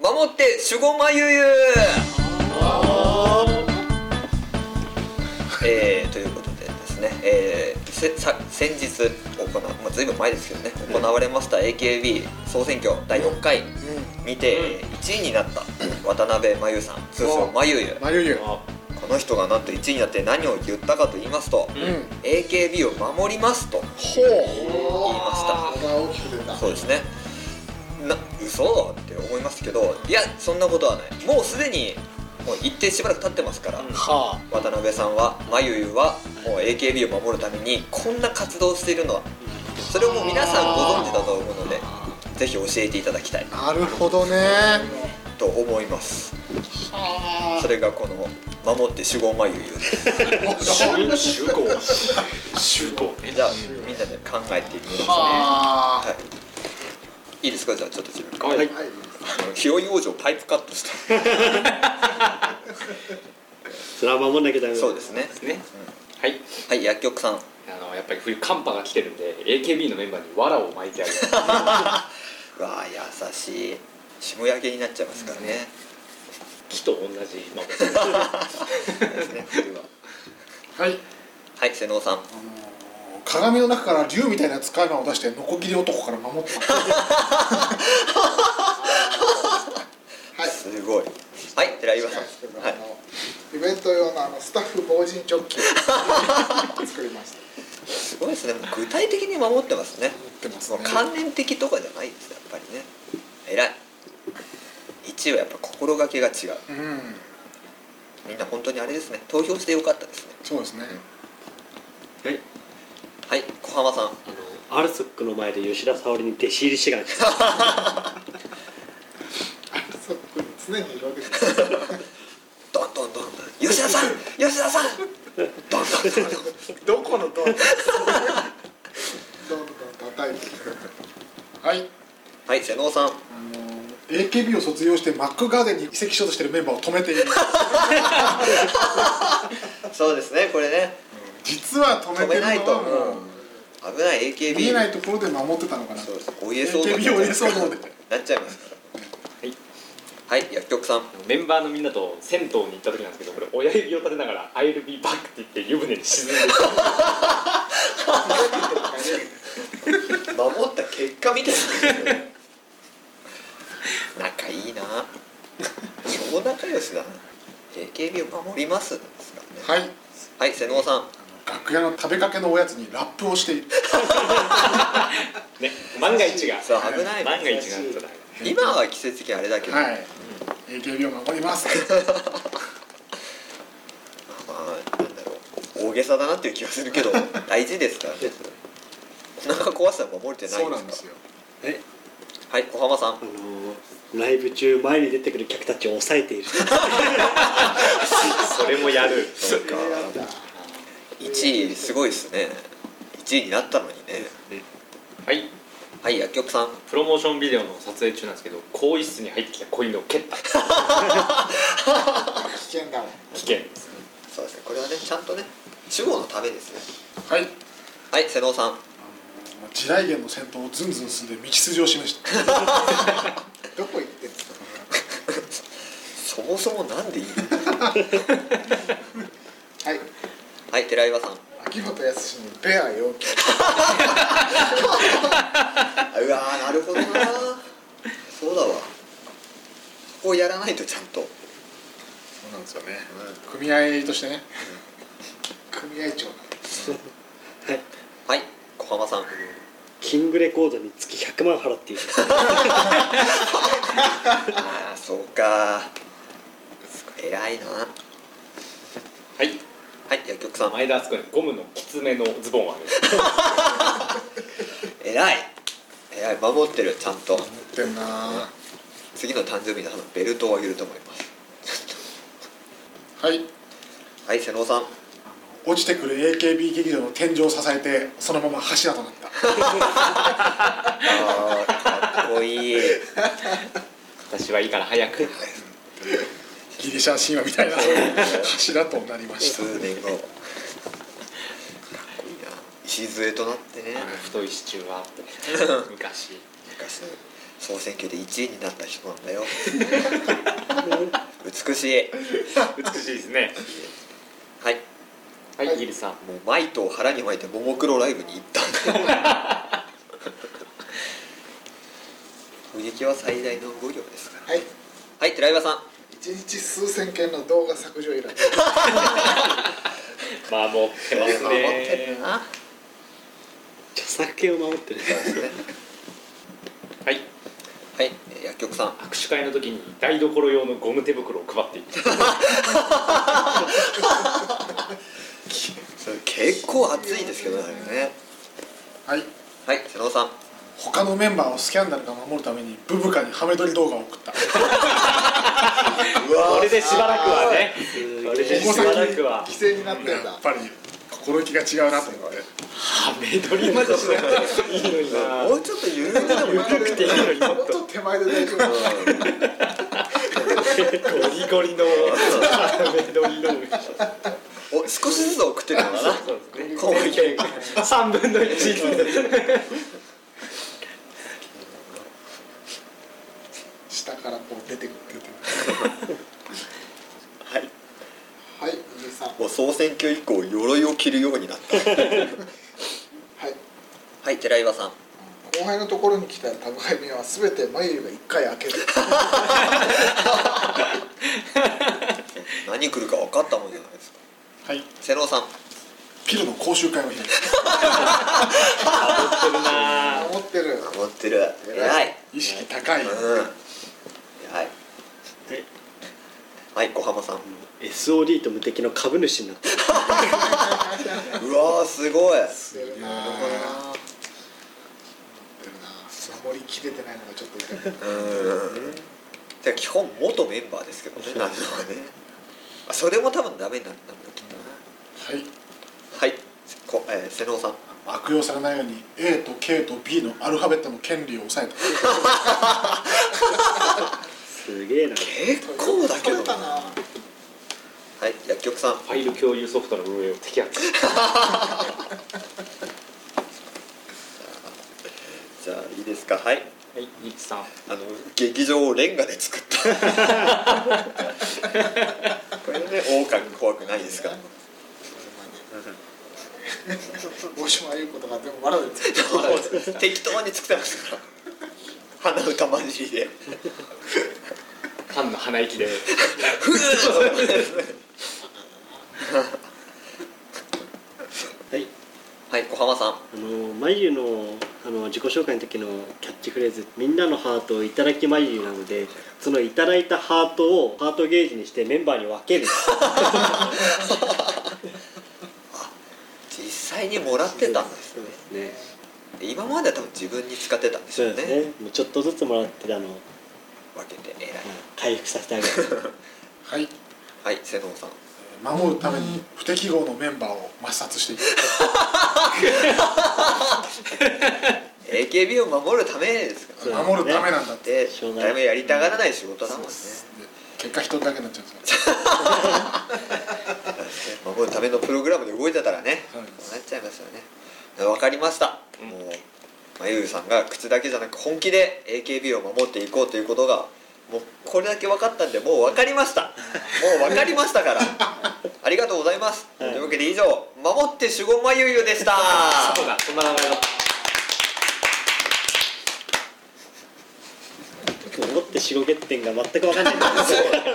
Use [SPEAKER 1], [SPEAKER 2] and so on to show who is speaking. [SPEAKER 1] 守って守護まゆゆえー、ということでですね、えー、せさ先日行わ、まあ、ずいぶん前ですけどね行われました AKB 総選挙第6回にて1位になった渡辺真由さん通称まゆゆ
[SPEAKER 2] まゆゆう
[SPEAKER 1] この人がなんと1位になって何を言ったかと言いますと
[SPEAKER 2] ん
[SPEAKER 1] AKB を守りますと
[SPEAKER 2] ほう
[SPEAKER 1] 言いました
[SPEAKER 2] お前大きく出た
[SPEAKER 1] そうですねな嘘って思いますけどいやそんなことはないもうすでにもう一定しばらく経ってますから、
[SPEAKER 2] は
[SPEAKER 1] 渡辺さんはまゆゆはもう AKB を守るためにこんな活動をしているのはそれをもう皆さんご存知だと思うのでぜひ教えていただきたい
[SPEAKER 2] あなるほどね
[SPEAKER 1] と思いますそれがこの「守って守護まゆゆ」です
[SPEAKER 3] 主語主語
[SPEAKER 1] じゃあみんなで考えていきます
[SPEAKER 2] はあ
[SPEAKER 1] はいいいですかじゃあちょっと自分から
[SPEAKER 3] はい
[SPEAKER 2] はい
[SPEAKER 1] あのひよい王女をパイプカットした
[SPEAKER 4] それは守んなきゃダメだ
[SPEAKER 1] そうですね
[SPEAKER 3] ねはい
[SPEAKER 1] はい薬局さん
[SPEAKER 3] あのやっぱり冬寒波が来てるんで AKB のメンバーに藁を巻いてあげる
[SPEAKER 1] うわあ優しい霜焼けになっちゃいますからね、
[SPEAKER 4] 木と同じ守る
[SPEAKER 1] ですね冬は
[SPEAKER 2] はい
[SPEAKER 1] はい瀬能さん
[SPEAKER 2] 鏡の中から竜みたいな使い魔を出してノコギリ男から守ってたはい
[SPEAKER 1] すごいはい寺岩さんはい
[SPEAKER 2] イベント用のあのスタッフ防塵チョッキを作りました
[SPEAKER 1] すごいですねもう具体的に守ってますね
[SPEAKER 2] 持ってます
[SPEAKER 1] もう
[SPEAKER 2] ね
[SPEAKER 1] 観念的とかじゃないですやっぱりね偉い1位はやっぱ心がけが違う
[SPEAKER 2] うん
[SPEAKER 1] みんな本当にあれですね投票してよかったですね
[SPEAKER 2] そうですね
[SPEAKER 4] はい
[SPEAKER 1] はい小浜さん
[SPEAKER 4] あのアルソックの前で吉田沙保里に弟子入りしてから来た
[SPEAKER 2] そう常にいるわけです
[SPEAKER 1] どんどんどんどん吉田さん吉田さんどんどんどんどん
[SPEAKER 2] どこ のドアどんどん叩いてくるはい
[SPEAKER 1] はい瀬能さん
[SPEAKER 2] あの AKB を卒業してマックガーデンに移籍しようとしてるメンバーを止めている
[SPEAKER 1] そうですねこれね
[SPEAKER 2] 実は止め
[SPEAKER 1] 止
[SPEAKER 2] て
[SPEAKER 1] め
[SPEAKER 2] る
[SPEAKER 1] ない
[SPEAKER 2] の
[SPEAKER 1] と
[SPEAKER 2] はもう
[SPEAKER 1] 危ない AKB
[SPEAKER 2] 見えないところで守ってたのかな
[SPEAKER 1] そうですお家騒動
[SPEAKER 2] AKB を演奏ので
[SPEAKER 1] なっちゃいますからはい薬局さん
[SPEAKER 3] メンバーのみんなと銭湯に行った時なんですけどこれ親指を立てながら「I'll be back」って言って湯船に沈んでる
[SPEAKER 1] 守った結果みたいな仲いいな超仲良しだな AKB を守りますですからね
[SPEAKER 2] はい
[SPEAKER 1] はい瀬能さん
[SPEAKER 2] 楽屋の食べかけのおやつにラップをしている
[SPEAKER 3] ね万が一が
[SPEAKER 1] そう危ない
[SPEAKER 3] 万が一があったら
[SPEAKER 1] 今は季節的にあれだけど、
[SPEAKER 2] はい AKB を守ります
[SPEAKER 1] まあなんだろう大げさだなっていう気がする けど大事ですからねお腹壊したら守れてない
[SPEAKER 2] そう
[SPEAKER 1] で
[SPEAKER 2] な
[SPEAKER 1] す
[SPEAKER 2] ん
[SPEAKER 1] か
[SPEAKER 2] ですよ
[SPEAKER 4] え
[SPEAKER 1] らはい小浜さん
[SPEAKER 4] あのライブ中前に出てくる客たちを抑えている
[SPEAKER 3] それもやる
[SPEAKER 1] そうか1位すごいですね1位になったのにね
[SPEAKER 3] はい
[SPEAKER 1] はい薬局さん
[SPEAKER 3] プロモーションビデオの撮影中なんですけど更衣室に入ってきた子犬を蹴った
[SPEAKER 2] 危険だわ
[SPEAKER 3] 危険です
[SPEAKER 1] そうですねこれはねちゃんとね主語のためですね
[SPEAKER 2] はい
[SPEAKER 1] はい瀬能さん
[SPEAKER 2] 地雷原の戦闘をずんずん進んで道筋を示した どこ行ってんですか
[SPEAKER 1] そもそもなんでいい
[SPEAKER 2] はい
[SPEAKER 1] はい寺岩さん
[SPEAKER 2] 秋元康にペア要求
[SPEAKER 1] うわーなるほどなそうだわそこをやらないとちゃんと
[SPEAKER 2] そうなんですよね、組合としてね組合長
[SPEAKER 4] はい
[SPEAKER 1] はい小浜さん
[SPEAKER 4] キングレコードに月100万払っている
[SPEAKER 1] ああそうか偉いなは
[SPEAKER 3] はい
[SPEAKER 1] い薬局さん
[SPEAKER 3] 前田敦子にゴムのきつめのズボンをあげる
[SPEAKER 1] 偉い偉い守ってるちゃんと
[SPEAKER 2] 持ってんなは
[SPEAKER 1] 次の誕生日のあのベルトをあげると思います
[SPEAKER 2] い
[SPEAKER 1] はい瀬能さん
[SPEAKER 2] 落ちてくる AKB 劇場の天井を支えてそのまま柱となった
[SPEAKER 1] あーかっこい い
[SPEAKER 3] 私はいいから早く
[SPEAKER 2] ギリシャ神話みたいな柱となりました
[SPEAKER 1] 数年後かっこいいな礎となってね
[SPEAKER 3] 太い支柱はあって昔
[SPEAKER 1] 昔総選挙で1位になった人なんだ よ美しい
[SPEAKER 3] 美しいですね
[SPEAKER 1] はい
[SPEAKER 3] はいイギリスさん
[SPEAKER 1] もうマイトを腹に巻いてももクロライブに行った 攻撃は最大の5行ですから
[SPEAKER 5] はい
[SPEAKER 1] はい寺岩さん
[SPEAKER 5] 一日数千件の動画削除依頼
[SPEAKER 3] まあ持ってます
[SPEAKER 1] 守って
[SPEAKER 3] ね
[SPEAKER 1] るな
[SPEAKER 4] 著作権を守ってる
[SPEAKER 3] はい
[SPEAKER 1] はいえー薬局さん
[SPEAKER 3] 握手会の時に台所用のゴム手袋を配ってい った
[SPEAKER 1] それ結構熱いですけどねあれね
[SPEAKER 2] はい
[SPEAKER 1] はい瀬野さん
[SPEAKER 2] 他のメンバーをスキャンダルから守るためにブブカにハメ撮り動画を送った
[SPEAKER 1] うわ
[SPEAKER 3] これでしばらくはね
[SPEAKER 4] すげえ
[SPEAKER 3] これでしばらくは
[SPEAKER 5] 犠牲になってん
[SPEAKER 2] や
[SPEAKER 5] だ
[SPEAKER 2] っぱり心意気が違うなと思って
[SPEAKER 3] はめ撮りまでしなくていいのにな
[SPEAKER 1] もうちょっと緩めでもいい
[SPEAKER 3] 緩くていいのにもっ
[SPEAKER 5] もっ
[SPEAKER 3] と
[SPEAKER 5] と手前で大丈夫
[SPEAKER 3] ゴリゴリのはめ撮りの
[SPEAKER 1] お少しずつ送ってるのか な攻撃
[SPEAKER 3] 3分の1
[SPEAKER 5] 下からこう出てくる出てくる
[SPEAKER 1] はい
[SPEAKER 5] はい伊集さんは
[SPEAKER 1] もう総選挙以降鎧を着るようになった
[SPEAKER 5] い
[SPEAKER 1] はい寺岩さん
[SPEAKER 5] 後輩のところに来た宅配便は全て眉毛が一回開ける
[SPEAKER 1] 何来るか分かったもんじゃないですか
[SPEAKER 2] はい
[SPEAKER 1] 瀬野さん
[SPEAKER 2] ピルの講習会を開いた
[SPEAKER 3] するな
[SPEAKER 5] 守ってる
[SPEAKER 1] 守ってる偉い
[SPEAKER 2] 意識高い
[SPEAKER 1] うん偉いはい小浜さん
[SPEAKER 4] SOD と無敵の株主になってる
[SPEAKER 1] うわーすごい
[SPEAKER 5] してるなぁ守りきれてないのがちょっと痛い
[SPEAKER 1] うんてか基本元メンバーですけどね
[SPEAKER 4] そう
[SPEAKER 1] なんとかねあそれも多分ダメになったんだけどな
[SPEAKER 2] はい
[SPEAKER 1] はいこ、えー、瀬能さん
[SPEAKER 2] 悪用されないように A と K と B のアルファベットの権利を抑えた
[SPEAKER 4] すげえな
[SPEAKER 1] 結構だけど
[SPEAKER 5] 取れたな
[SPEAKER 1] は
[SPEAKER 5] ぁ
[SPEAKER 1] い薬局さん
[SPEAKER 3] ファイル共有ソフトの運営を摘発
[SPEAKER 1] じゃあいいですかはい
[SPEAKER 3] はいイギリスさん
[SPEAKER 1] あの劇場をレンガで作った これね狼怖くないですから
[SPEAKER 5] 大島優子とかでも笑うです
[SPEAKER 1] 適当に作ってますから鼻歌混じりで
[SPEAKER 3] ファンの鼻息で
[SPEAKER 4] はい
[SPEAKER 1] はい小浜さん
[SPEAKER 4] あの眉のあの自己紹介の時のキャッチフレーズ「みんなのハートをいただき眉」なのでそのいただいたハートをハートゲージにしてメンバーに分ける
[SPEAKER 1] 実際にもらってたんです
[SPEAKER 4] そうですね
[SPEAKER 1] 今までは多分自分に使ってたんでし
[SPEAKER 4] そう
[SPEAKER 1] ょう
[SPEAKER 4] で
[SPEAKER 1] ね
[SPEAKER 4] すねもうちょっとずつもらってあの
[SPEAKER 1] 分けて偉い
[SPEAKER 4] 回復させてあげる
[SPEAKER 2] はい
[SPEAKER 1] はい瀬能さん
[SPEAKER 2] 守るために不適合のメンバーを抹殺していく
[SPEAKER 1] AKB を守るためですから
[SPEAKER 4] そう
[SPEAKER 1] ね
[SPEAKER 4] だね
[SPEAKER 2] 守るためなんだって
[SPEAKER 1] で
[SPEAKER 4] しょうがない
[SPEAKER 1] だいぶやりたがらない仕事だもんね
[SPEAKER 2] で結果一人だけになっちゃうんですか
[SPEAKER 1] 守るためのプログラムで動いてたらね
[SPEAKER 2] は
[SPEAKER 1] こ
[SPEAKER 2] いう
[SPEAKER 1] なっちゃいますよね分かりました、
[SPEAKER 3] うん
[SPEAKER 1] もうまゆゆさんが口だけじゃなく本気で AKB を守っていこうということがもうこれだけ分かったんでもう分かりましたもう分かりましたからありがとうございます、
[SPEAKER 4] はい
[SPEAKER 1] というわけで以上「守って守護まゆゆ」でした
[SPEAKER 3] そうだそんな名前だった
[SPEAKER 4] 思って45欠点が全く分かんないんだけど